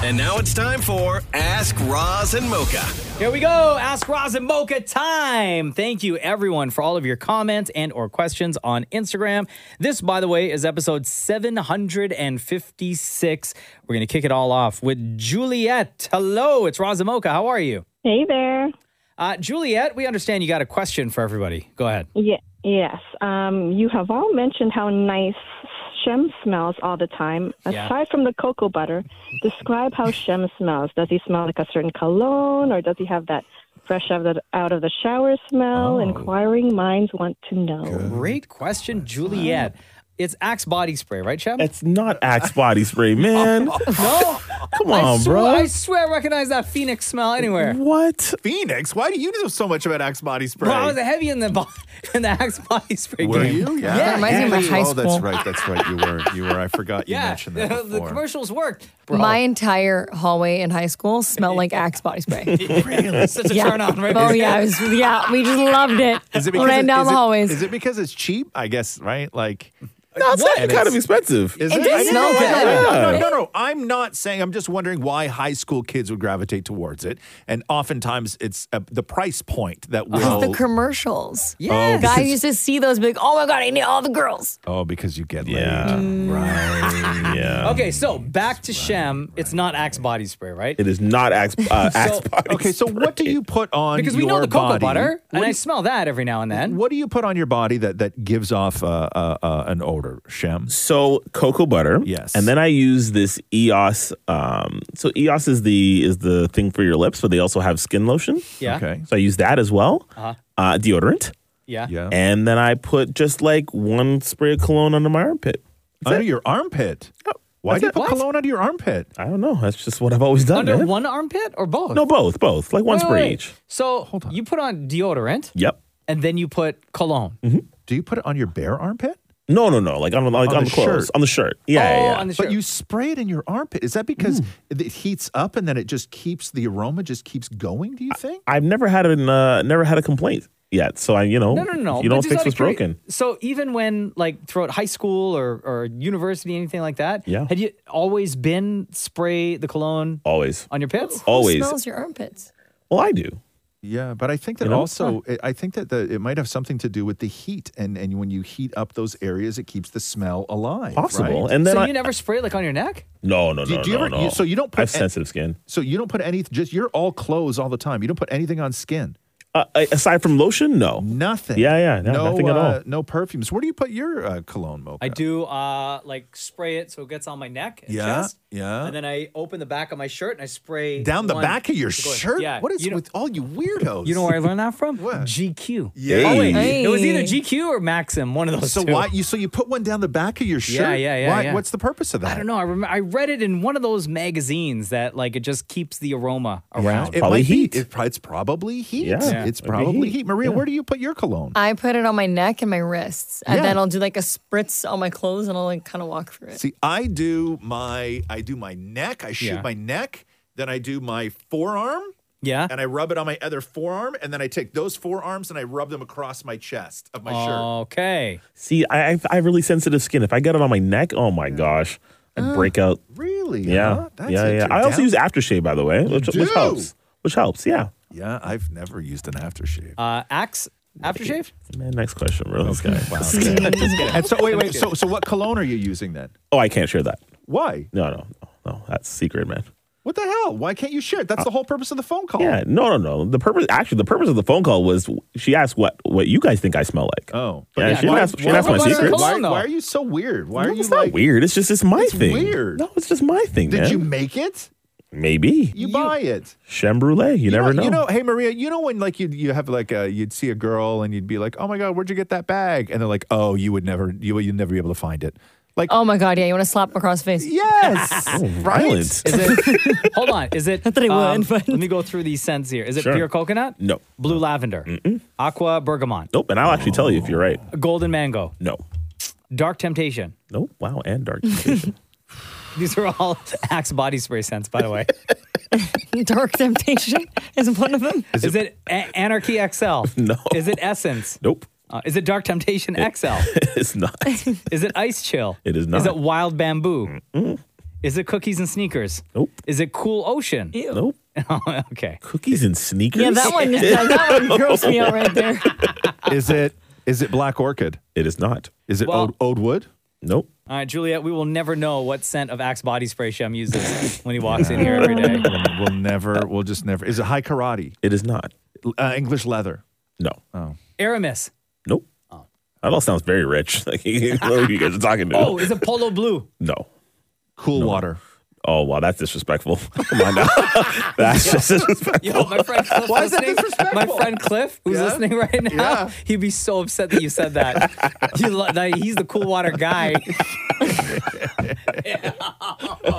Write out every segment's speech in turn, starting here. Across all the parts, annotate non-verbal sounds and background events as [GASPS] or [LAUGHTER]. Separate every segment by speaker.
Speaker 1: And now it's time for Ask Roz and Mocha.
Speaker 2: Here we go. Ask Roz and Mocha time. Thank you everyone for all of your comments and or questions on Instagram. This, by the way, is episode 756. We're going to kick it all off with Juliet. Hello, it's Roz and Mocha. How are you?
Speaker 3: Hey there.
Speaker 2: Uh, Juliet, we understand you got a question for everybody. Go ahead.
Speaker 3: Yeah, yes. Um, you have all mentioned how nice Shem smells all the time.
Speaker 2: Yeah.
Speaker 3: Aside from the cocoa butter, describe how Shem smells. Does he smell like a certain cologne, or does he have that fresh out of the, out of the shower smell?
Speaker 4: Oh.
Speaker 3: Inquiring minds want to know.
Speaker 2: Great question, Juliet. It's Axe body spray, right, Chad?
Speaker 5: That's not Axe body spray,
Speaker 4: [LAUGHS]
Speaker 5: man.
Speaker 2: No,
Speaker 5: Come
Speaker 2: I
Speaker 5: on,
Speaker 2: swear,
Speaker 5: bro.
Speaker 2: I swear, I recognize that phoenix smell anywhere.
Speaker 5: What?
Speaker 4: Phoenix, why do you know so much about Axe body spray?
Speaker 2: Bro, I was heavy in the bo- [LAUGHS] in the Axe body spray
Speaker 4: were
Speaker 2: game.
Speaker 4: you? Yeah.
Speaker 2: That
Speaker 6: reminds me of my high
Speaker 4: Oh, that's
Speaker 6: school.
Speaker 4: right. That's right. You were. You were. I forgot you
Speaker 2: Yeah,
Speaker 4: mentioned
Speaker 2: [LAUGHS]
Speaker 4: that
Speaker 2: the, the
Speaker 4: before.
Speaker 2: commercials worked.
Speaker 6: My entire hallway in high school smelled like Axe
Speaker 4: [LAUGHS]
Speaker 6: body spray.
Speaker 2: It's such a
Speaker 6: Yeah.
Speaker 2: turn on, right?
Speaker 6: Oh yeah, it was, yeah, we just loved it. Ran down
Speaker 4: is it-
Speaker 6: the hallways.
Speaker 4: is it because it's cheap? I guess, right? Like,
Speaker 5: No, it's
Speaker 4: What?
Speaker 5: not kind of expensive.
Speaker 4: is
Speaker 6: It
Speaker 4: it?
Speaker 6: does
Speaker 4: I-
Speaker 6: smell
Speaker 4: no,
Speaker 6: good.
Speaker 4: No, no, no,
Speaker 6: Yeah.
Speaker 4: no, no. I'm not saying. I'm just wondering why high school kids would gravitate towards it, and oftentimes it's uh, the price point that will.
Speaker 6: Because Oh, the commercials.
Speaker 2: Yes.
Speaker 6: Guys used to see those big, oh my God, I need all the girls.
Speaker 4: oh, because you get
Speaker 5: Yeah.
Speaker 4: laid, right?
Speaker 5: Yeah.
Speaker 2: Okay, so back to Shem. It's not Axe body spray, right?
Speaker 5: It is not Axe, uh, axe
Speaker 2: So-
Speaker 5: [LAUGHS] body
Speaker 4: Okay, [LAUGHS] so what do you put on?
Speaker 2: Because we know
Speaker 4: your
Speaker 2: the cocoa
Speaker 4: body?
Speaker 2: butter,
Speaker 4: What
Speaker 2: and
Speaker 4: do
Speaker 2: I
Speaker 4: you-
Speaker 2: smell that every now and then.
Speaker 4: What do you put on your body that that gives off uh, uh, uh, an odor, Shem?
Speaker 5: so cocoa butter
Speaker 4: Yes.
Speaker 5: and then i use this eos um so eos is the is the thing for your lips but they also have skin lotion
Speaker 2: Yeah,
Speaker 4: Okay.
Speaker 5: so i use that as well
Speaker 4: Uh-huh.
Speaker 5: uh deodorant
Speaker 2: yeah.
Speaker 4: Yeah.
Speaker 5: and then i put just like one spray of cologne under my armpit
Speaker 4: under your armpit. Why
Speaker 5: That's
Speaker 4: do you
Speaker 5: it.
Speaker 4: put
Speaker 2: What?
Speaker 4: cologne under your armpit?
Speaker 5: i don't know that's just what i've always done
Speaker 2: Under
Speaker 5: man.
Speaker 2: one armpit or both?
Speaker 5: no both both like one
Speaker 2: Wait, wait,
Speaker 5: spray
Speaker 2: wait.
Speaker 5: each
Speaker 2: So you put on deodorant,
Speaker 5: yep
Speaker 2: and then you put cologne.
Speaker 4: Do you put it on your bare armpit?
Speaker 5: no no no like on, like,
Speaker 4: On
Speaker 5: on,
Speaker 4: the
Speaker 5: the clothes
Speaker 4: shirt.
Speaker 5: on the shirt yeah yeah,
Speaker 2: Oh,
Speaker 5: yeah.
Speaker 2: on the shirt.
Speaker 4: But you spray it in your armpit. Is that because it heats up and then it just keeps the aroma just keeps going? Do you think?
Speaker 5: i've never had an uh never had a complaint yet so i you know
Speaker 2: No, no, no.
Speaker 5: you
Speaker 2: but just
Speaker 5: don't fix
Speaker 2: out of
Speaker 5: what's
Speaker 2: curi-
Speaker 5: broken
Speaker 2: So even when like throughout high school or, or university, anything like that,
Speaker 5: Yeah.
Speaker 2: had you always been spray the cologne
Speaker 5: always
Speaker 2: on your pits?
Speaker 5: [LAUGHS] always
Speaker 6: Who smells your armpits?
Speaker 5: well i do
Speaker 4: Yeah, but I think that
Speaker 5: You know?
Speaker 4: also I- I think that the, it might have something to do with the heat and and when you heat up those areas, it keeps the smell alive.
Speaker 5: possible.
Speaker 4: right?
Speaker 5: And then
Speaker 2: so
Speaker 5: I,
Speaker 2: you never spray like on your neck?
Speaker 5: no, no, no,
Speaker 4: Do- do you
Speaker 5: no,
Speaker 4: ever-
Speaker 5: no.
Speaker 4: you- so you don't
Speaker 5: I
Speaker 4: put
Speaker 5: have
Speaker 4: an-
Speaker 5: sensitive skin.
Speaker 4: So you don't put any. Just you're all clothes all the time. You don't put anything on skin.
Speaker 5: Uh, a- aside from lotion, no.
Speaker 4: Nothing.
Speaker 5: Yeah, yeah, no, nothing at all.
Speaker 4: uh, No perfumes. Where do you put your uh, cologne, Mocha?
Speaker 2: I do uh like spray it so it gets on my neck and
Speaker 4: Yeah,
Speaker 2: chest.
Speaker 4: yeah.
Speaker 2: And then I open the back of my shirt and I spray
Speaker 4: down the
Speaker 2: one-
Speaker 4: back of your
Speaker 2: Go ahead.
Speaker 4: shirt.
Speaker 2: Yeah.
Speaker 4: What is
Speaker 2: you know,
Speaker 4: with all you weirdos?
Speaker 2: You know where I learned that from?
Speaker 4: What?
Speaker 2: GQ.
Speaker 4: Yeah.
Speaker 2: Oh, wait.
Speaker 6: Hey.
Speaker 2: It was either GQ or Maxim, one of those
Speaker 4: So
Speaker 2: two.
Speaker 4: why you so you put one down the back of your shirt?
Speaker 2: yeah, yeah,
Speaker 4: Why,
Speaker 2: yeah.
Speaker 4: What's the purpose of that?
Speaker 2: I don't know. I rem- I read it in one of those magazines that like it just keeps the aroma around.
Speaker 4: It
Speaker 5: Probably
Speaker 4: might
Speaker 5: heat.
Speaker 4: Be, it prob- it's probably heat.
Speaker 5: Yeah, Yeah.
Speaker 4: it's
Speaker 5: might be
Speaker 4: probably
Speaker 5: heat.
Speaker 4: heat. Maria, where do you put your cologne?
Speaker 6: I put it on my neck and my wrists. And
Speaker 4: Yeah.
Speaker 6: then I'll do like a spritz on my clothes and I'll like kind of walk through it.
Speaker 4: See, I do my I do my neck. I shoot
Speaker 2: Yeah.
Speaker 4: my neck. Then I do my forearm,
Speaker 2: Yeah.
Speaker 4: and I rub it on my other forearm, and then I take those forearms and I rub them across my chest of my
Speaker 2: Oh.
Speaker 4: shirt.
Speaker 2: Okay.
Speaker 5: See, I, I I have really sensitive skin. If I get it on my neck, oh my gosh, I would break out.
Speaker 4: Really?
Speaker 5: Yeah,
Speaker 4: Oh. huh? That's
Speaker 5: yeah, yeah.
Speaker 4: inter-
Speaker 5: I also
Speaker 4: down-
Speaker 5: use aftershave, by the way, which,
Speaker 4: do?
Speaker 5: which helps. Which helps. Yeah.
Speaker 4: Yeah, I've never used
Speaker 5: [LAUGHS]
Speaker 4: an aftershave.
Speaker 2: Uh, axe
Speaker 4: [LAUGHS]
Speaker 2: aftershave.
Speaker 5: Man, next question, bro. This guy. [LAUGHS]
Speaker 4: Wow. and so wait, wait. So so what cologne are you using then?
Speaker 5: Oh, I can't share that.
Speaker 4: Why?
Speaker 5: No, no, no, no. That's secret, man.
Speaker 4: What the hell? Why can't you share it? That's the whole purpose of the phone call.
Speaker 5: Uh, Yeah, no, no, no. The purpose, actually, the purpose of the phone call was she asked what what you guys think I smell like.
Speaker 4: Oh.
Speaker 5: yeah, she
Speaker 4: why-
Speaker 5: didn't ask, she didn't
Speaker 4: why-
Speaker 5: ask my
Speaker 2: why-
Speaker 5: secret.
Speaker 2: Come on,
Speaker 4: Why,
Speaker 2: though.
Speaker 4: why are you so weird? Why are you
Speaker 5: it's
Speaker 4: like
Speaker 5: not weird. It's just it's my
Speaker 4: It's
Speaker 5: thing.
Speaker 4: weird.
Speaker 5: No, it's just my thing.
Speaker 4: Did
Speaker 5: man.
Speaker 4: you make it?
Speaker 5: Maybe.
Speaker 4: You, buy it.
Speaker 5: Shem brulee. You, never know. [LAUGHS]
Speaker 4: You [LAUGHS] know, hey Maria, you know when like you you have like a you'd see a girl and you'd be like, "Oh my god, where'd you get that bag?" And they're like, "Oh, you would never you you'd never be able to find it." Like,
Speaker 6: Oh my God, yeah, you want to slap across the face?
Speaker 4: [LAUGHS]
Speaker 5: [LAUGHS]
Speaker 4: yes.
Speaker 5: Oh,
Speaker 4: right?
Speaker 5: Violent.
Speaker 2: Is it? hold on. Is it? I
Speaker 6: thought it would, but-
Speaker 2: Let me go through these scents here. Is it
Speaker 5: Sure.
Speaker 2: pure coconut?
Speaker 5: No.
Speaker 2: Blue lavender. Aqua bergamot.
Speaker 5: Nope. And I'll actually tell you if you're right.
Speaker 2: Golden mango.
Speaker 5: No.
Speaker 2: Dark temptation. [LAUGHS]
Speaker 5: Nope. Wow. And dark.
Speaker 4: [LAUGHS]
Speaker 5: temptation.
Speaker 2: These are all [LAUGHS] Axe body spray scents, by the way.
Speaker 6: Dark Temptation is one of them.
Speaker 2: [LAUGHS] Is, it, A- Anarchy [LAUGHS] XL?
Speaker 5: No.
Speaker 2: Is it Essence?
Speaker 5: nope. [LAUGHS]
Speaker 2: Uh, is it Dark [LAUGHS] Temptation XL?
Speaker 5: it's not.
Speaker 2: Is it Ice Chill?
Speaker 5: It is not.
Speaker 2: Is it Wild Bamboo? Is it cookies and sneakers?
Speaker 5: Nope.
Speaker 2: Is it cool ocean?
Speaker 5: Nope.
Speaker 2: [LAUGHS] okay.
Speaker 5: Cookies and sneakers.
Speaker 6: Yeah, that one, that,
Speaker 4: [LAUGHS]
Speaker 6: that one grossed me out right there.
Speaker 4: Is it is it Black Orchid?
Speaker 5: It is not.
Speaker 4: Is it
Speaker 2: Well-
Speaker 4: Ode, Ode Wood?
Speaker 5: Nope.
Speaker 2: All right, Juliet, we will never know what scent of Axe body spray Shem uses when he walks in here every day. [LAUGHS]
Speaker 4: We'll, we'll never. We'll just never. Is it High Karate?
Speaker 5: It is not.
Speaker 4: Uh, English Leather.
Speaker 5: No.
Speaker 2: Aramis.
Speaker 5: Nope. That all sounds very rich. [LAUGHS] Like what you guys are talking to.
Speaker 2: Oh, is it polo blue?
Speaker 5: No.
Speaker 4: Cool Water.
Speaker 5: Oh wow, that's disrespectful. [LAUGHS] Come on now. that's just disrespectful.
Speaker 2: Yo, my
Speaker 4: [LAUGHS]
Speaker 2: friend Cliff
Speaker 4: Why is that
Speaker 2: listening. My
Speaker 4: disrespectful?
Speaker 2: friend Cliff, who's
Speaker 4: Yeah.
Speaker 2: listening right now,
Speaker 4: Yeah.
Speaker 2: [LAUGHS] he'd be so upset that you said
Speaker 4: [LAUGHS]
Speaker 2: that. You lo- that- he's the cool water guy. All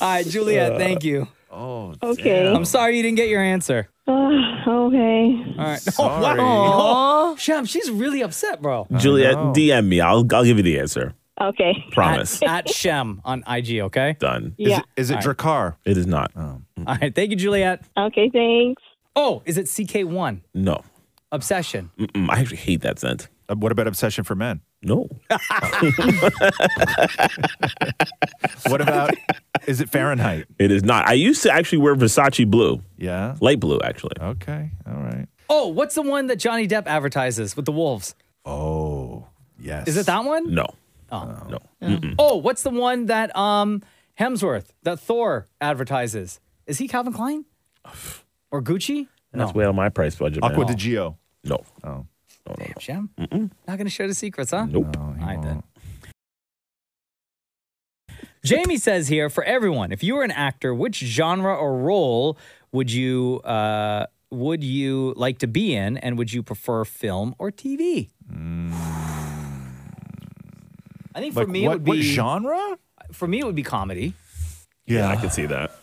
Speaker 2: right,
Speaker 4: Uh,
Speaker 2: Juliet, thank you.
Speaker 3: Okay.
Speaker 2: I'm sorry you didn't get your answer.
Speaker 3: Ah, okay.
Speaker 2: All right. [LAUGHS]
Speaker 4: Sorry.
Speaker 6: Aw.
Speaker 2: Shem, she's really upset, bro.
Speaker 5: Juliet,
Speaker 4: know.
Speaker 5: DM me. I'll I'll give you the answer.
Speaker 3: Okay.
Speaker 5: Promise.
Speaker 2: At Shem on IG, okay?
Speaker 5: Done.
Speaker 4: Is
Speaker 3: Yeah.
Speaker 4: it, is it Drakkar?
Speaker 5: It is not.
Speaker 2: All right. Thank you, Juliet.
Speaker 3: Okay. Thanks.
Speaker 2: Oh, is it CK1?
Speaker 5: No.
Speaker 2: Obsession.
Speaker 4: Mm.
Speaker 5: Mm-mm, I actually hate that scent.
Speaker 4: Uh, What about Obsession for Men?
Speaker 5: No.
Speaker 4: What about?
Speaker 5: [LAUGHS]
Speaker 4: is it Fahrenheit?
Speaker 5: It is not. I used to actually wear Versace blue,
Speaker 4: Yeah.
Speaker 5: light blue actually.
Speaker 4: Okay. All right.
Speaker 2: Oh, what's the one that Johnny Depp advertises with the wolves?
Speaker 4: Oh yes.
Speaker 2: Is it that one?
Speaker 4: Mm.
Speaker 5: No. No. Mm-mm.
Speaker 2: Oh, what's the one that um Hemsworth, that Thor advertises? Is he Calvin Klein? Or Gucci?
Speaker 5: That's way out of my price budget. man.
Speaker 4: Aqua de Gio?
Speaker 5: No.
Speaker 2: Damn, Shem. Not going to share the secrets, huh?
Speaker 5: Nope.
Speaker 2: All right, then. Jamie says here for everyone, if you were an actor, which genre or role would you uh, would you like to be in, and would you prefer film or TV? I think for
Speaker 4: Mm. Like
Speaker 2: me
Speaker 4: what,
Speaker 2: it would be
Speaker 4: what genre?
Speaker 2: for me it would be comedy
Speaker 5: Yeah, I can see that.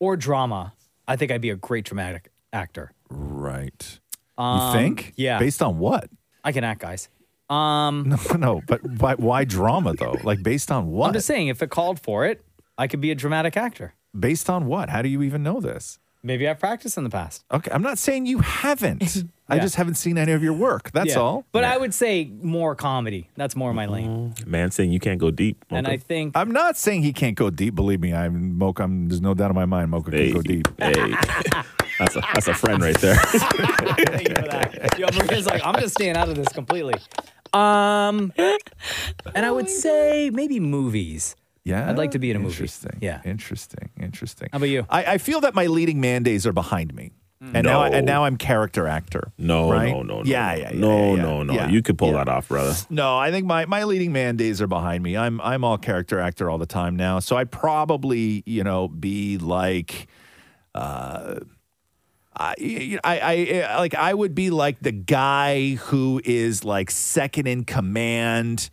Speaker 2: or drama. I think I'd be a great dramatic actor.
Speaker 4: Right. you think?
Speaker 2: Um, yeah.
Speaker 4: Based on what?
Speaker 2: I can act, guys. Um,
Speaker 4: No, [LAUGHS] no. But why, why drama though? Like based on
Speaker 2: I'm
Speaker 4: what?
Speaker 2: just saying, if it called for it, I could be a dramatic actor.
Speaker 4: based on what? How do you even know this?
Speaker 2: Maybe I've practiced in the past.
Speaker 4: Okay, I'm not saying you haven't.
Speaker 2: [LAUGHS]
Speaker 4: I
Speaker 2: Yeah.
Speaker 4: just haven't seen any of your work. That's
Speaker 2: Yeah.
Speaker 4: all. Mm-hmm.
Speaker 2: But I would say more comedy. That's more my lane.
Speaker 5: Man saying you can't go deep.
Speaker 2: And
Speaker 5: Okay.
Speaker 2: I think
Speaker 4: I'm not saying he can't go deep. Believe me, I'm Mocha. I'm, there's no doubt in my mind. Mocha
Speaker 5: Hey.
Speaker 4: can go deep.
Speaker 5: Hey. That's a, that's a friend right there.
Speaker 2: thank [LAUGHS] you for that. Yo, Maria's like, I'm just staying out of this completely. Um, and I
Speaker 4: Oh
Speaker 2: would say maybe movies.
Speaker 4: Yeah,
Speaker 2: I'd like to be in a movie.
Speaker 4: interesting.
Speaker 2: Yeah.
Speaker 4: interesting, interesting.
Speaker 2: How about you?
Speaker 4: I, I feel that my leading man days are behind me, and now I, and
Speaker 5: No.
Speaker 4: now I'm character actor.
Speaker 5: No,
Speaker 4: right?
Speaker 5: no, no, no.
Speaker 4: yeah, yeah, yeah,
Speaker 5: no,
Speaker 4: yeah,
Speaker 5: no, no.
Speaker 4: yeah,
Speaker 5: You could pull
Speaker 4: yeah.
Speaker 5: that off, brother.
Speaker 4: [LAUGHS] No, I think my, my leading man days are behind me. I'm I'm all character actor all the time now. So I'd probably, you know, be like uh I, I I like I would be like the guy who is like second in command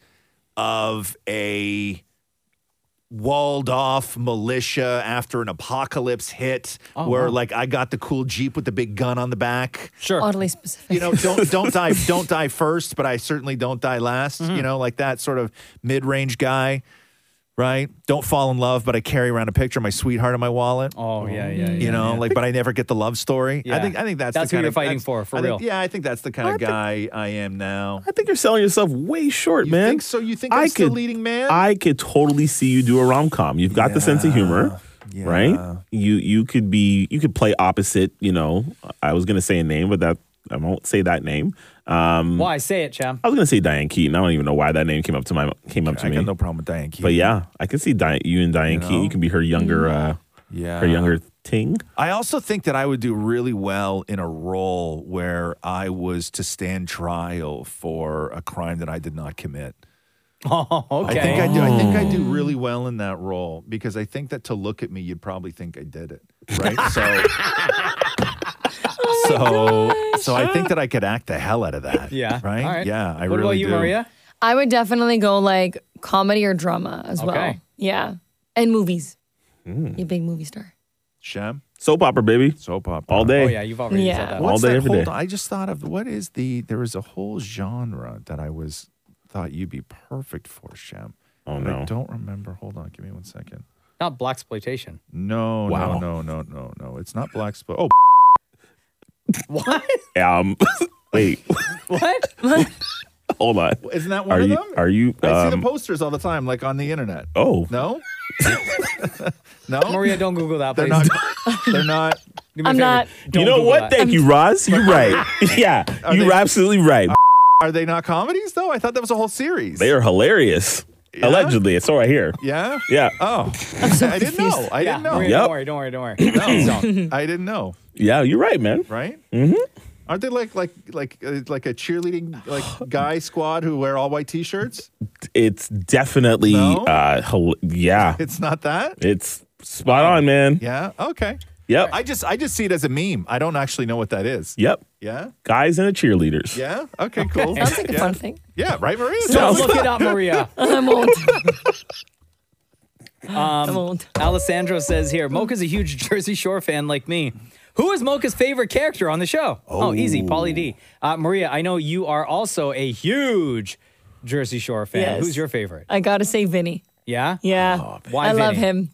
Speaker 4: of a walled off militia after an apocalypse hit where like I got the cool Jeep with the big gun on the back
Speaker 2: Sure.
Speaker 6: Oddly specific.
Speaker 4: you know
Speaker 2: [LAUGHS]
Speaker 4: don't don't die don't die first but i certainly don't die last
Speaker 2: Mm-hmm.
Speaker 4: you know like that sort of mid-range guy right don't fall in love but i carry around a picture of my sweetheart in my wallet
Speaker 2: oh yeah, yeah, yeah.
Speaker 4: you know like but i never get the love story
Speaker 2: Yeah.
Speaker 4: i think i think that's
Speaker 2: That's
Speaker 4: the
Speaker 2: who
Speaker 4: kind
Speaker 2: you're
Speaker 4: of-
Speaker 2: fighting
Speaker 4: that's-
Speaker 2: for, for
Speaker 4: I think-
Speaker 2: real.
Speaker 4: yeah i think that's the kind of guy i am now
Speaker 5: I think you're selling yourself way short,
Speaker 4: You
Speaker 5: man.
Speaker 4: think so? You think I'm still leading man?
Speaker 5: I could totally see you do a rom com. You've got the sense of humor,
Speaker 4: yeah.
Speaker 5: right? You you could be you could play opposite. You know, I was gonna say a name, but that I won't say that name. Um,
Speaker 4: Mm.
Speaker 2: Why say it, Cham?
Speaker 5: I was gonna say Diane Keaton. I don't even know why that name came up to my came up to
Speaker 4: i
Speaker 5: me.
Speaker 4: got no problem with diane Keaton.
Speaker 5: but yeah, I can see Diane, you and Diane Keaton. You can be her
Speaker 4: Mm.
Speaker 5: younger, uh,
Speaker 4: yeah
Speaker 5: her younger
Speaker 4: Uh-huh.
Speaker 5: ting.
Speaker 4: I also think that I would do really well in a role where I was to stand trial for a crime that I did not commit.
Speaker 2: Oh,
Speaker 4: I think
Speaker 2: okay.
Speaker 4: I do. I think I do really well in that role because I think that to look at me, you'd probably think I did it, right?
Speaker 2: [LAUGHS]
Speaker 4: So,
Speaker 2: Oh
Speaker 4: so, so I think that I could act the hell out of
Speaker 2: [LAUGHS]
Speaker 4: that.
Speaker 2: yeah.
Speaker 4: Right.
Speaker 2: All right.
Speaker 4: Yeah. I
Speaker 2: what about
Speaker 4: really
Speaker 2: you,
Speaker 4: do.
Speaker 2: Maria?
Speaker 6: I would definitely go like comedy or drama as well.
Speaker 2: Okay.
Speaker 6: Yeah. And movies. You big movie star.
Speaker 4: Shem.
Speaker 5: Soap opera, baby,
Speaker 4: Soap opera.
Speaker 5: all day.
Speaker 2: Oh yeah, you've already
Speaker 6: Yeah.
Speaker 2: said that.
Speaker 5: All
Speaker 4: What's
Speaker 5: day,
Speaker 4: that
Speaker 5: every
Speaker 4: whole-
Speaker 5: day.
Speaker 4: I just thought of what is the there is a whole genre that I was thought you'd be perfect for, Shem.
Speaker 5: Oh,
Speaker 4: But I
Speaker 5: no.
Speaker 4: don't remember. Hold on. Give me one second.
Speaker 2: Not black exploitation.
Speaker 4: No.
Speaker 5: Wow.
Speaker 4: No. No. No. No. No. It's not black. Spl- oh.
Speaker 2: What?
Speaker 5: Um, [LAUGHS] wait,
Speaker 2: What?
Speaker 5: Hold on.
Speaker 4: Isn't that one
Speaker 5: Are
Speaker 4: of
Speaker 5: you?
Speaker 4: them?
Speaker 5: Are you?
Speaker 4: I see
Speaker 5: um,
Speaker 4: the posters all the time, like on the internet.
Speaker 5: oh,
Speaker 4: No? [LAUGHS] no?
Speaker 2: Maria, don't Google that.
Speaker 4: They're
Speaker 2: please.
Speaker 4: not. [LAUGHS] They're not.
Speaker 2: Do me a
Speaker 6: I'm
Speaker 2: favor.
Speaker 6: not-
Speaker 2: Don't
Speaker 5: you know
Speaker 2: Google
Speaker 5: what?
Speaker 2: that.
Speaker 5: Thank you, Roz.
Speaker 4: [LAUGHS]
Speaker 5: You're right. [LAUGHS] yeah, you're
Speaker 4: they-
Speaker 5: absolutely right.
Speaker 4: Are they not comedies, though? I thought that was a whole series.
Speaker 5: They are hilarious. Allegedly, it's all right here.
Speaker 4: Yeah?
Speaker 5: Yeah,
Speaker 4: Oh. I didn't know. I
Speaker 2: yeah,
Speaker 4: didn't know.
Speaker 2: Maria,
Speaker 5: Yep.
Speaker 2: Don't worry. Don't worry. Don't worry. Please don't.
Speaker 4: I didn't know.
Speaker 5: yeah, you're right, man.
Speaker 4: Right? Mm-hmm. Aren't they like like like uh, like a cheerleading
Speaker 2: [GASPS]
Speaker 4: like guy squad who wear all white t-shirts?
Speaker 5: It's definitely,
Speaker 4: No?
Speaker 5: uh, hel- yeah,
Speaker 4: It's not that.
Speaker 5: it's spot on, man.
Speaker 4: Yeah. Okay.
Speaker 5: Yep,
Speaker 4: I just I just see it as a meme. I don't actually know what that is.
Speaker 5: yep.
Speaker 4: Yeah.
Speaker 5: Guys and the cheerleaders.
Speaker 4: Yeah. Okay. Cool.
Speaker 6: Sounds like a
Speaker 4: yeah.
Speaker 6: fun thing.
Speaker 4: Yeah. Right, Maria.
Speaker 2: Don't look it up, Maria.
Speaker 6: I'm old. I'm
Speaker 2: Um,
Speaker 6: old.
Speaker 2: Alessandro says here, Mocha's a huge [LAUGHS] Jersey Shore fan like me. Who is Mocha's favorite character on the show? Oh, easy, Paulie D. Uh, Maria, I know you are also a huge Jersey Shore fan.
Speaker 6: Yes.
Speaker 2: Who's your favorite?
Speaker 6: I gotta say, Vinny.
Speaker 2: Yeah?
Speaker 6: Yeah,
Speaker 2: Why
Speaker 6: I love
Speaker 2: Vinny?
Speaker 6: him.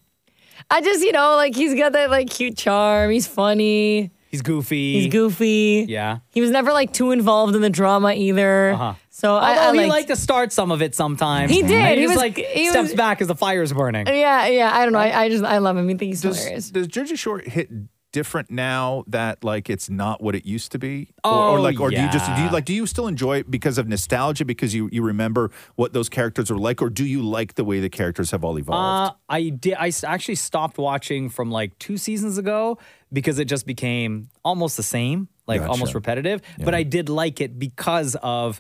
Speaker 6: I just, you know, like he's got that like cute charm. He's funny.
Speaker 2: He's goofy.
Speaker 6: He's goofy.
Speaker 2: Yeah.
Speaker 6: He was never like too involved in the drama either. So I, I
Speaker 2: Although he
Speaker 6: liked,
Speaker 2: liked to start some of it sometimes.
Speaker 6: He did.
Speaker 2: And
Speaker 6: He
Speaker 2: he's
Speaker 6: was-
Speaker 2: like
Speaker 6: he
Speaker 2: steps
Speaker 6: was-
Speaker 2: back as the fire's burning.
Speaker 6: Yeah, yeah. I don't know. I, I just I love him. I think he's
Speaker 4: Does, [LAUGHS]
Speaker 6: hilarious.
Speaker 4: does Jersey Shore hit different now that like it's not what it used to be? or, or
Speaker 2: Oh,
Speaker 4: like or do you just do you
Speaker 2: yeah.
Speaker 4: like do you still enjoy it because of nostalgia because you you remember what those characters were like or do you like the way the characters have all evolved?
Speaker 2: Uh, I did. I s- actually stopped watching from like two seasons ago because it just became almost the same, like almost repetitive. But I did like it because of,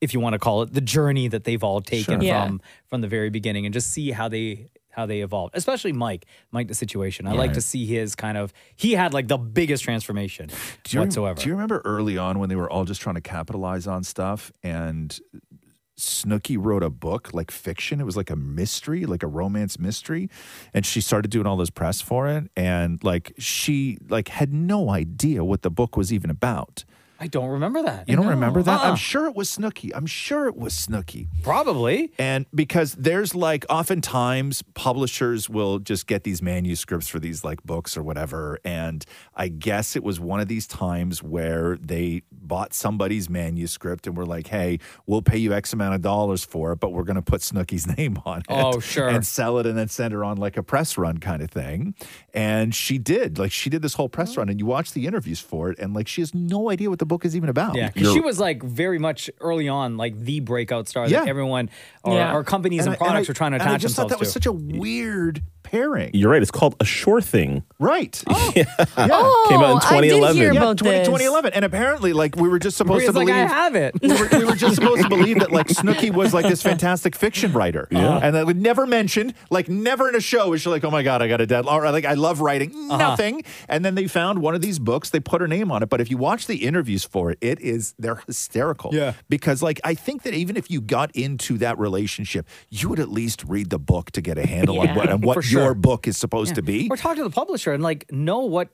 Speaker 2: if you want to call it, the journey that they've all taken
Speaker 6: Sure. Yeah.
Speaker 2: from from the very beginning, and just see how they how they evolved. Especially Mike, Mike the situation. I like to see his kind of. He had like the biggest transformation
Speaker 4: do you, rem-
Speaker 2: whatsoever.
Speaker 4: Do you remember early on when they were all just trying to capitalize on stuff and Snooki wrote a book like fiction. It was like a mystery, like a romance mystery, and she started doing all this press for it. And like she like had no idea what the book was even about.
Speaker 2: I don't remember that.
Speaker 4: You don't
Speaker 2: No.
Speaker 4: remember that?
Speaker 2: Uh-uh.
Speaker 4: I'm sure it was Snooky. I'm sure it was Snooky.
Speaker 2: Probably.
Speaker 4: And because there's like oftentimes publishers will just get these manuscripts for these like books or whatever. And I guess it was one of these times where they bought somebody's manuscript and were like, hey, we'll pay you X amount of dollars for it, but we're going to put Snooky's [LAUGHS] name on it.
Speaker 2: Oh, sure.
Speaker 4: And sell it and then send her on like a press run kind of thing. And she did. Like she did this whole
Speaker 2: Oh.
Speaker 4: press run and you watch the interviews for it and like she has no idea what the book is even about.
Speaker 2: Yeah, 'cause she was like very much early on, like the breakout star
Speaker 4: Yeah.
Speaker 2: that everyone or,
Speaker 6: Yeah.
Speaker 2: or companies and,
Speaker 4: I-
Speaker 2: products
Speaker 4: I-
Speaker 2: were trying to
Speaker 4: and
Speaker 2: attach
Speaker 4: I just thought
Speaker 2: themselves
Speaker 4: that was
Speaker 2: to.
Speaker 4: such a weird pairing.
Speaker 5: You're right. It's called a shore thing.
Speaker 4: Right.
Speaker 2: [LAUGHS]
Speaker 6: oh,
Speaker 5: Came out in
Speaker 6: I did
Speaker 5: 2011.
Speaker 6: hear
Speaker 5: Yeah,
Speaker 6: about
Speaker 4: 20,
Speaker 6: this.
Speaker 4: 2011. And apparently, like, we were just supposed
Speaker 2: Maria's
Speaker 4: to
Speaker 2: like,
Speaker 4: believe.
Speaker 2: I have it.
Speaker 4: we, were, we were just supposed to believe that like Snooky was like this fantastic fiction writer, yeah. and that we never mentioned, like never in a show is she like, oh my god, I got a deadline. Or, Like I love writing,
Speaker 2: Uh-huh.
Speaker 4: nothing. And then they found one of these books, they put her name on it. But if you watch the interviews for it, it is they're hysterical,
Speaker 2: Yeah.
Speaker 4: Because like I think that even if you got into that relationship, you would at least read the book to get a handle on
Speaker 6: Yeah.
Speaker 4: what, on
Speaker 2: [LAUGHS]
Speaker 4: what
Speaker 2: For sure.
Speaker 4: your book is supposed to be.
Speaker 2: [LAUGHS] or talk to the publisher and like know what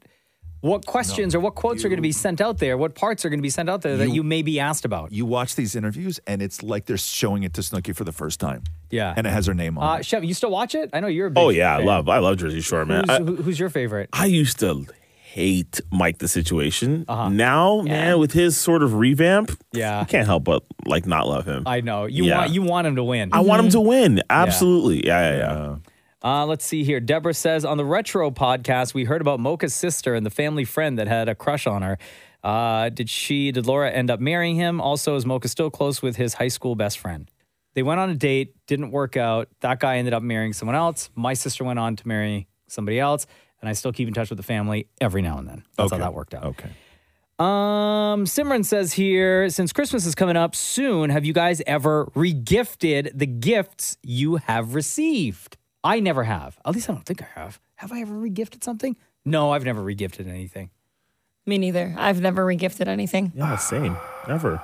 Speaker 2: what questions or what quotes are going to be sent out there, what parts are going to be sent out there that you may be asked about.
Speaker 4: you watch these interviews and it's like they're showing it to Snooki for the first time.
Speaker 2: Yeah.
Speaker 4: And it has her name on
Speaker 2: Uh,
Speaker 4: it.
Speaker 2: Chef, you still watch it? I know you're a big
Speaker 5: Oh yeah, I
Speaker 2: fan.
Speaker 5: love. I love Jersey Shore, man.
Speaker 2: Who's,
Speaker 5: I-
Speaker 2: who- who's your favorite?
Speaker 5: I used to hate Mike the situation.
Speaker 4: Uh-huh.
Speaker 5: Now, man, with his sort of revamp,
Speaker 2: Yeah.
Speaker 5: you can't help but like not love him. I,
Speaker 2: I know you
Speaker 5: Yeah.
Speaker 2: want you want him to win.
Speaker 5: want him to win. Absolutely. Yeah, yeah, Mm-hmm. yeah.
Speaker 2: Uh, let's see here. Deborah says on the retro podcast, we heard about Mocha's sister and the family friend that had a crush on her. Uh, did she, did Laura end up marrying him? Also, is Mocha still close with his high school best friend? They went on a date, didn't work out. That guy ended up marrying someone else. My sister went on to marry somebody else, and I still keep in touch with the family every now and then. That's how that worked out.
Speaker 4: Okay.
Speaker 2: Um, Simran says here, since Christmas is coming up soon, have you guys ever regifted the gifts you have received? I never have. At least I don't think I have. Have I ever regifted something? No, I've never regifted anything.
Speaker 6: Me neither. I've never regifted anything.
Speaker 5: Yeah, same. Never.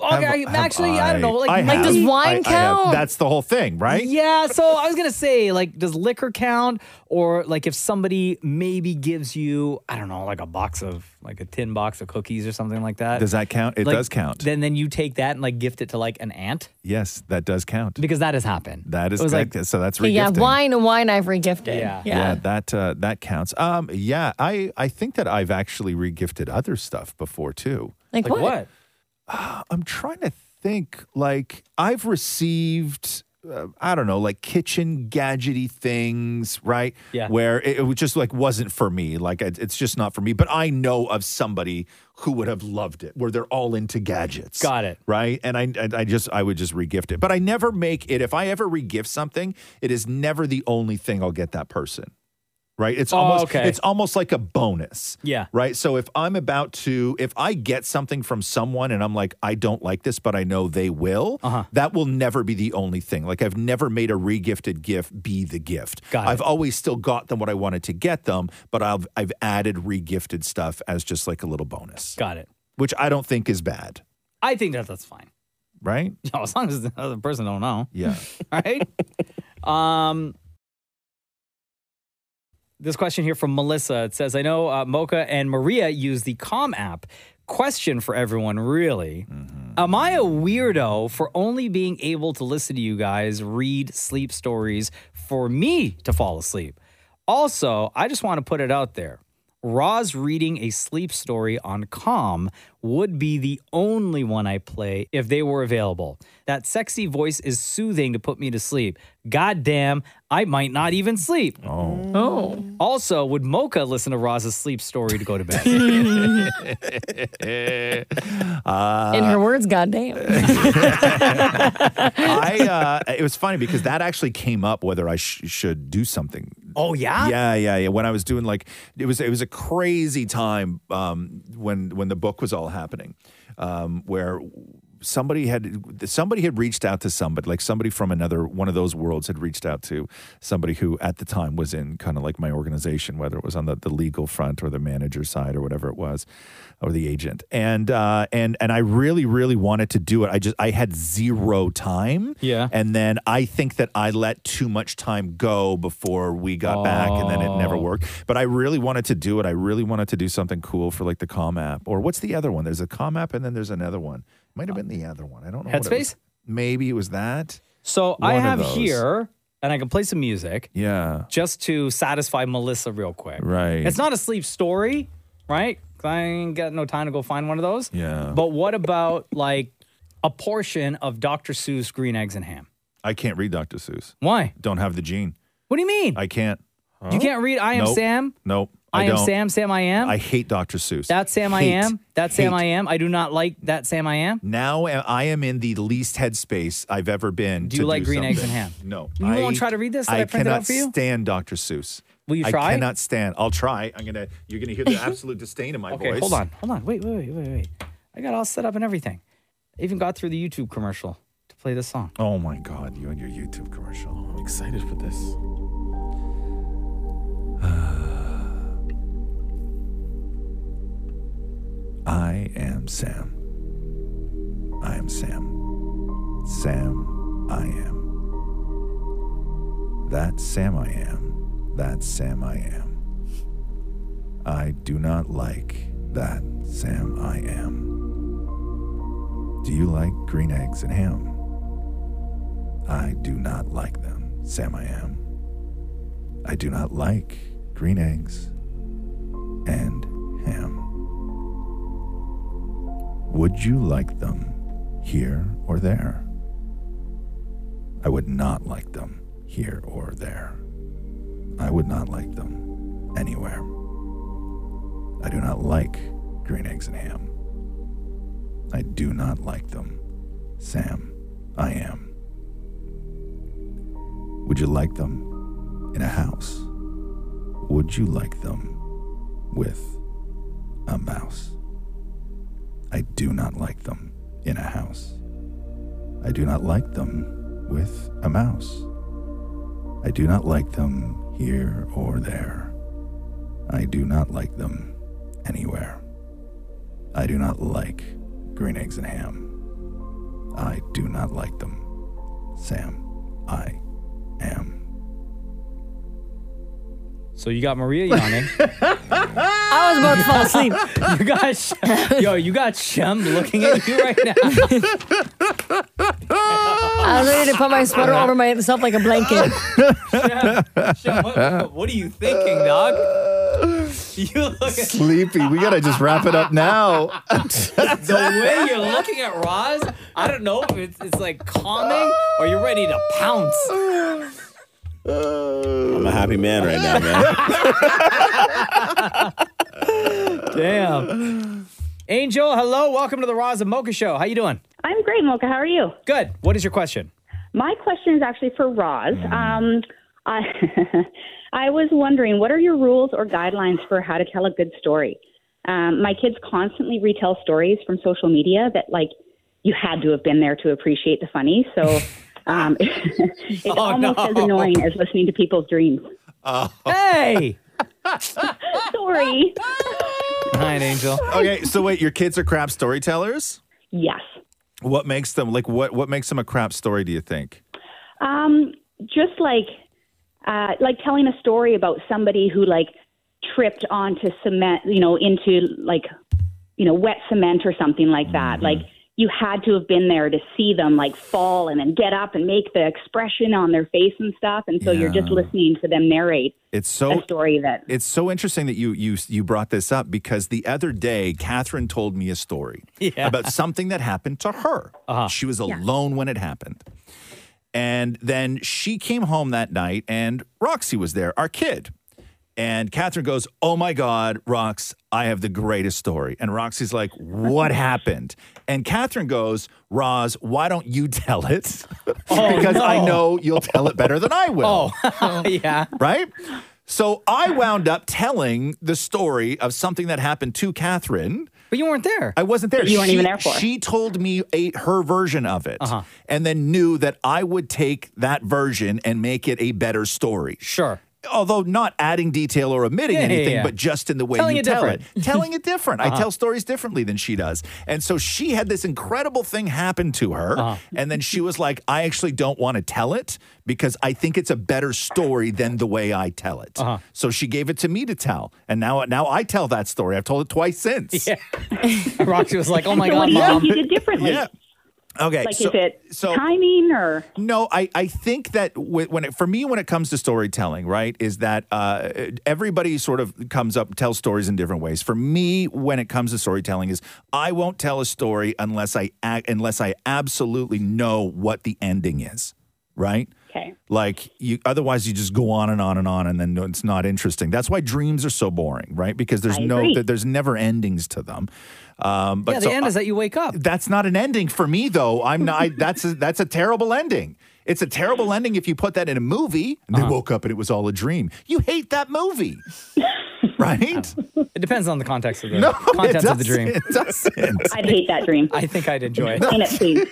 Speaker 2: Okay,
Speaker 4: Have-
Speaker 2: actually,
Speaker 4: have
Speaker 2: I, don't know. Like,
Speaker 4: I
Speaker 2: maybe-
Speaker 4: have.
Speaker 6: does wine
Speaker 4: I- I have.
Speaker 6: count?
Speaker 4: That's the whole thing, right?
Speaker 2: Yeah, so I was gonna say, like, does liquor count, or like if somebody maybe gives you, I don't know, like a box of, like a tin box of cookies or something like that?
Speaker 4: Does that count? It
Speaker 2: Like,
Speaker 4: does count.
Speaker 2: Then then you take that and like gift it to like an aunt.
Speaker 4: yes, that does count.
Speaker 2: because that has happened.
Speaker 4: That is
Speaker 2: It was like,
Speaker 4: correct. so that's
Speaker 6: But yeah,
Speaker 4: regifting.
Speaker 6: wine and wine I've regifted.
Speaker 2: Yeah.
Speaker 6: Yeah.
Speaker 4: Yeah, that uh, that counts. Um, yeah, I I think that I've actually regifted other stuff before too.
Speaker 6: Like,
Speaker 2: like what?
Speaker 4: I'm trying to think like I've received. Uh, I don't know, like kitchen gadgety things, right?
Speaker 2: Yeah.
Speaker 4: Where it, it was just like wasn't for me. Like it, it's just not for me. But I know of somebody who would have loved it, where they're all into gadgets.
Speaker 2: Got it.
Speaker 4: Right. And I, and I just, I would just regift it. But I never make it. If I ever regift something, it is never the only thing I'll get that person. Right. It's
Speaker 2: Oh,
Speaker 4: almost,
Speaker 2: okay.
Speaker 4: it's almost like a bonus.
Speaker 2: Yeah.
Speaker 4: Right. So if I'm about to, if I get something from someone and I'm like, I don't like this, but I know they will,
Speaker 2: Uh-huh.
Speaker 4: that will never be the only thing. Like I've never made a regifted gift be the gift.
Speaker 2: Got it.
Speaker 4: I've always still got them what I wanted to get them, but I've I've added regifted stuff as just like a little bonus,
Speaker 2: Got it.
Speaker 4: which I don't think is bad.
Speaker 2: I think that that's fine. [LAUGHS]
Speaker 4: Right.
Speaker 2: No, as long as the other person don't know, [LAUGHS]
Speaker 4: Yeah.
Speaker 2: right? um, this question here from Melissa. It says, "I know uh, Mocha and Maria use the Calm app. Question for everyone, really." Am I a weirdo for only being able to listen to you guys read sleep stories for me to fall asleep? Also, I just want to put it out there. Roz reading a sleep story on Calm would be the only one I play if they were available. That sexy voice is soothing to put me to sleep. Goddamn, I might not even sleep.
Speaker 6: Oh.
Speaker 2: Also, would Mocha listen to Roz's sleep story to go to bed?
Speaker 4: [LAUGHS]
Speaker 6: In her words, goddamn.
Speaker 4: I uh, it was funny because that actually came up whether I sh- should do something.
Speaker 2: oh yeah?
Speaker 4: Yeah, yeah, yeah. When I was doing like it was it was a crazy time um, when when the book was all happening, um, where somebody had somebody had reached out to somebody like somebody from another one of those worlds had reached out to somebody who at the time was in kind of like my organization whether it was on the, the legal front or the manager side or whatever it was or the agent and uh and and i really really wanted to do it i just i had zero time
Speaker 2: Yeah.
Speaker 4: and then I think that I let too much time go before we got back, and then it
Speaker 2: Oh.
Speaker 4: never worked. But I really wanted to do it. I really wanted to do something cool for like the Calm app, or what's the other one? There's a Calm app, and then there's another one. Might have been the other one. I don't know. what it was.
Speaker 2: Headspace?
Speaker 4: Maybe it was that.
Speaker 2: So I
Speaker 4: One of
Speaker 2: have
Speaker 4: those.
Speaker 2: here, and I can play some music
Speaker 4: Yeah.
Speaker 2: just to satisfy Melissa real quick.
Speaker 4: Right.
Speaker 2: It's not a sleep story, right? 'Cause I ain't got no time to go find one of those.
Speaker 4: Yeah.
Speaker 2: But what about like a portion of Dr. Seuss Green Eggs and Ham?
Speaker 4: I can't read Dr. Seuss.
Speaker 2: Why?
Speaker 4: Don't have the gene.
Speaker 2: What do you mean?
Speaker 4: I can't.
Speaker 2: you can't read I Am
Speaker 4: Nope.
Speaker 2: Sam?
Speaker 4: Nope.
Speaker 2: I,
Speaker 4: I,
Speaker 2: Am
Speaker 4: don't.
Speaker 2: Sam, Sam I Am?
Speaker 4: I hate Dr. Seuss.
Speaker 2: that Sam I
Speaker 4: Hate,
Speaker 2: Am? That Sam
Speaker 4: hate.
Speaker 2: I Am? I do not like that Sam I Am?
Speaker 4: Now am- I am in the least headspace I've ever been.
Speaker 2: Do you
Speaker 4: to
Speaker 2: like green eggs
Speaker 4: something.
Speaker 2: and ham?
Speaker 4: No.
Speaker 2: You
Speaker 4: I,
Speaker 2: won't try to read this that I printed
Speaker 4: cannot
Speaker 2: out for you?
Speaker 4: stand Dr. Seuss.
Speaker 2: Will you
Speaker 4: I
Speaker 2: try?
Speaker 4: cannot stand. I'll try. I'm gonna. You're gonna
Speaker 2: [LAUGHS]
Speaker 4: hear the absolute disdain in my
Speaker 2: Okay,
Speaker 4: voice.
Speaker 2: hold on. Hold on. Wait, wait, wait, wait, wait. I got all set up and everything. I even got through the YouTube commercial to play this song.
Speaker 4: Oh my God! You and your YouTube commercial.
Speaker 5: I'm excited for this.
Speaker 4: I am Sam. I am Sam. Sam, I am. That Sam I am. That Sam I am. I do not like that Sam I am. Do you like green eggs and ham? I do not like them, Sam I am. I do not like green eggs and ham. Would you like them here or there? I would not like them here or there. I would not like them anywhere. I do not like green eggs and ham. I do not like them. Sam, I am. Would you like them in a house? Would you like them with a mouse? I do not like them in a house. I do not like them with a mouse. I do not like them here or there. I do not like them anywhere. I do not like green eggs and ham. I do not like them. Sam, I am.
Speaker 2: So you got Maria yawning.
Speaker 6: I was about to fall asleep.
Speaker 2: You got Shem, yo, you got Shem looking at you right
Speaker 4: [LAUGHS]
Speaker 2: now.
Speaker 6: I was ready to put my sweater over myself like a blanket.
Speaker 2: Shem, what, what are you thinking, dog? You look at
Speaker 7: Sleepy. We gotta just wrap it up now.
Speaker 2: the way you're looking at Roz. I don't know if it's, it's like calming or you're ready to pounce.
Speaker 5: I'm a happy man right now, man.
Speaker 2: Damn. Angel, hello. Welcome to the Roz and Mocha Show. How you doing?
Speaker 8: I'm great, Mocha. How are you?
Speaker 2: Good. What is your question?
Speaker 8: My question is actually for Roz. Um, I, [LAUGHS] I was wondering, what are your rules or guidelines for how to tell a good story? Um, my kids constantly retell stories from social media that, like, you had to have been there to appreciate the funny. So um, [LAUGHS] it's almost as annoying as listening to people's dreams.
Speaker 4: Oh. [LAUGHS]
Speaker 2: Hey.
Speaker 8: Sorry.
Speaker 2: Hi, Angel.
Speaker 4: [LAUGHS] Okay, so wait, your kids are crap storytellers?
Speaker 8: yes.
Speaker 4: What makes them like what what makes them a crap story do you think?
Speaker 8: Um, just like uh, like telling a story about somebody who like tripped onto cement, you know, into like you know wet cement or something like that.
Speaker 4: Mm-hmm.
Speaker 8: Like you had to have been there to see them like fall and then get up and make the expression on their face and stuff. And so you're just listening to them narrate
Speaker 4: It's
Speaker 8: a
Speaker 4: so
Speaker 8: story that
Speaker 4: it's so interesting that you you you brought this up because the other day Catherine told me a story about something that happened to her. She was alone when it happened, and then she came home that night, and Roxy was there, our kid. And Catherine goes, "Oh my God, Rox, I have the greatest story." And Roxy's like, "What happened?" And Catherine goes, "Roz, why don't you [LAUGHS] tell it? [LAUGHS] because I know you'll tell it better than I will."
Speaker 2: Oh, [LAUGHS] yeah.
Speaker 4: right? So I wound up telling the story of something that happened to Catherine.
Speaker 2: But you weren't there.
Speaker 4: I wasn't there.
Speaker 8: You weren't
Speaker 4: She-
Speaker 8: even there for Uh-huh. it.
Speaker 4: She told me a, her version of it, and then knew that I would take that version and make it a better story.
Speaker 2: sure.
Speaker 4: Although not adding detail or omitting
Speaker 2: Yeah, yeah,
Speaker 4: anything,
Speaker 2: yeah.
Speaker 4: but just in the way
Speaker 2: Telling
Speaker 4: you
Speaker 2: it
Speaker 4: tell
Speaker 2: different. Uh-huh.
Speaker 4: it, telling it different. I tell stories differently than she does, and so she had this incredible thing happen to her,
Speaker 2: Uh-huh.
Speaker 4: and then she was like, "I actually don't want to tell it because I think it's a better story than the way I tell it."
Speaker 2: Uh-huh.
Speaker 4: So she gave it to me to tell, and now now I tell that story. I've told it twice since.
Speaker 2: Yeah. Roxy was like, oh
Speaker 4: [LAUGHS]
Speaker 2: my
Speaker 8: so
Speaker 2: God,
Speaker 8: what do you think
Speaker 2: mom.
Speaker 8: you did differently?
Speaker 4: Yeah. Okay.
Speaker 8: Like
Speaker 4: so,
Speaker 8: is it
Speaker 4: so
Speaker 8: timing or
Speaker 4: no, I, I think that wh- when it, for me, when it comes to storytelling, right, is that uh, everybody sort of comes up, tells stories in different ways. For me, when it comes to storytelling, is I won't tell a story unless I ac- unless I absolutely know what the ending is, right?
Speaker 8: okay?
Speaker 4: Like you, otherwise you just go on and on and on, and then no, it's not interesting. That's why dreams are so boring, right? Because there's
Speaker 8: I
Speaker 4: no,
Speaker 8: agree.
Speaker 4: th- there's never endings to them. Um, but
Speaker 2: Yeah, the
Speaker 4: so
Speaker 2: end is that you wake up.
Speaker 4: that's not an ending for me though. I'm not. I, that's a, that's a terrible ending. It's a terrible
Speaker 2: Mm.
Speaker 4: ending if you put that in a movie and
Speaker 2: Uh-huh.
Speaker 4: they woke up and it was all a dream. You hate
Speaker 2: [LAUGHS]
Speaker 4: that movie, right?
Speaker 2: It depends on the context of the
Speaker 4: [LAUGHS] No, it
Speaker 2: Oh, contents of the dream.
Speaker 4: doesn't. It doesn't.
Speaker 8: I'd hate that dream.
Speaker 2: I think I'd enjoy it.
Speaker 8: In it, please.
Speaker 2: [LAUGHS]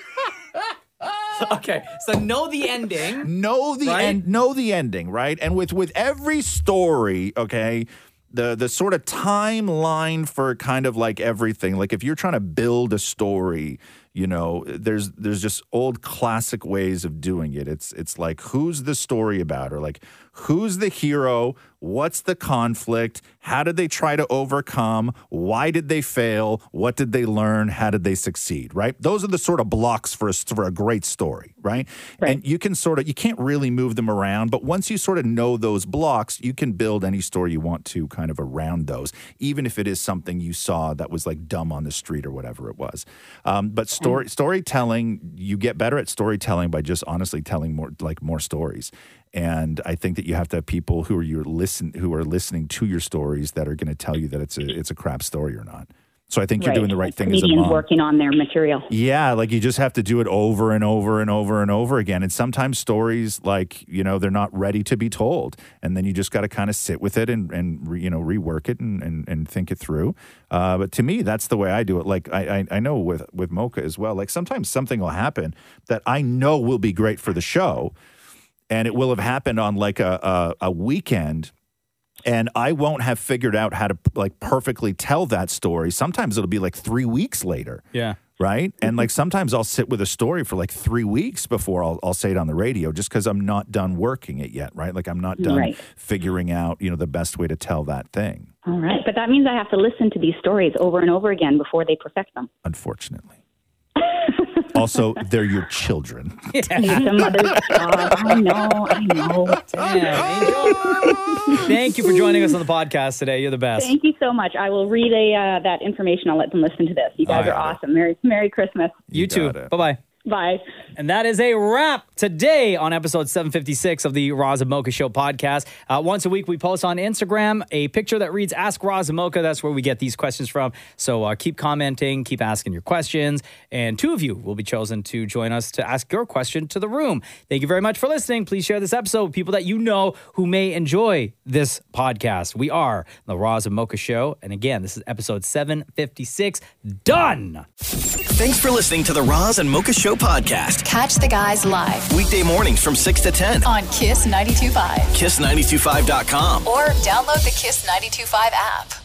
Speaker 2: okay. So know the ending.
Speaker 4: know the
Speaker 2: Right?
Speaker 4: end know the ending right and with with every story okay the the sort of timeline for kind of like everything like if you're trying to build a story you know there's there's just old classic ways of doing it it's it's like who's the story about or like who's the hero what's the conflict how did they try to overcome why did they fail what did they learn how did they succeed right those are the sort of blocks for a, for a great story right? and you can sort of you can't really move them around but once you sort of know those blocks you can build any story you want to kind of around those even if it is something you saw that was like dumb on the street or whatever it was um, but story storytelling you get better at storytelling by just honestly telling more like more stories and I think that you have to have people who are you listen who are listening to your stories that are going to tell you that it's a it's a crap story or not. So I think [LAUGHS] you're doing the right thing as a
Speaker 8: Comedians
Speaker 4: mom.
Speaker 8: working on their material.
Speaker 4: Yeah, like you just have to do it over and over and over and over again. And sometimes stories, like you know, they're not ready to be told, and then you just got to kind of sit with it and and re, you know rework it and and, and think it through. Uh, but to me, that's the way I do it. Like I, I I know with with Mocha as well. Like sometimes something will happen that I know will be great for the show, and it will have happened on like a a, a weekend and I won't have figured out how to like perfectly tell that story. Sometimes it'll be like three weeks later.
Speaker 2: Yeah.
Speaker 4: Right. And like sometimes I'll sit with a story for like three weeks before I'll, I'll say it on the radio just because I'm not done working it yet. Right. Like I'm not done
Speaker 8: Right.
Speaker 4: figuring out, you know, the best way to tell that thing,
Speaker 8: All right, but that means I [LAUGHS] have to listen to these stories over and over again before they perfect them.
Speaker 4: unfortunately. Also, they're your children.
Speaker 8: It's a [LAUGHS] mother's job. Oh, I know. I know.
Speaker 2: Damn, Angel. Thank you for joining us on the podcast today. You're the best.
Speaker 8: Thank you so much. I will relay uh, that information. I'll let them listen to this. You guys are awesome. Merry Merry Christmas.
Speaker 2: you too.
Speaker 4: got it.
Speaker 2: Bye bye.
Speaker 8: Bye.
Speaker 2: And that is a wrap today on episode 756 of the Roz and Mocha Show podcast. Uh, once a week, we post on Instagram a picture that reads Ask Roz and Mocha. That's where we get these questions from. So uh, keep commenting, keep asking your questions, and two of you will be chosen to join us to ask your question to the room. Thank you very much for listening. Please share this episode with people that you know who may enjoy this podcast. We are the Roz and Mocha Show. And again, this is episode 756. Done.
Speaker 1: Thanks for listening to the Roz and Mocha Show podcast.
Speaker 9: Catch the guys live
Speaker 1: Weekday mornings from 6 to 10.
Speaker 9: on Kiss 92.5
Speaker 1: Kiss925.com.
Speaker 9: or download the Kiss 92.5 app.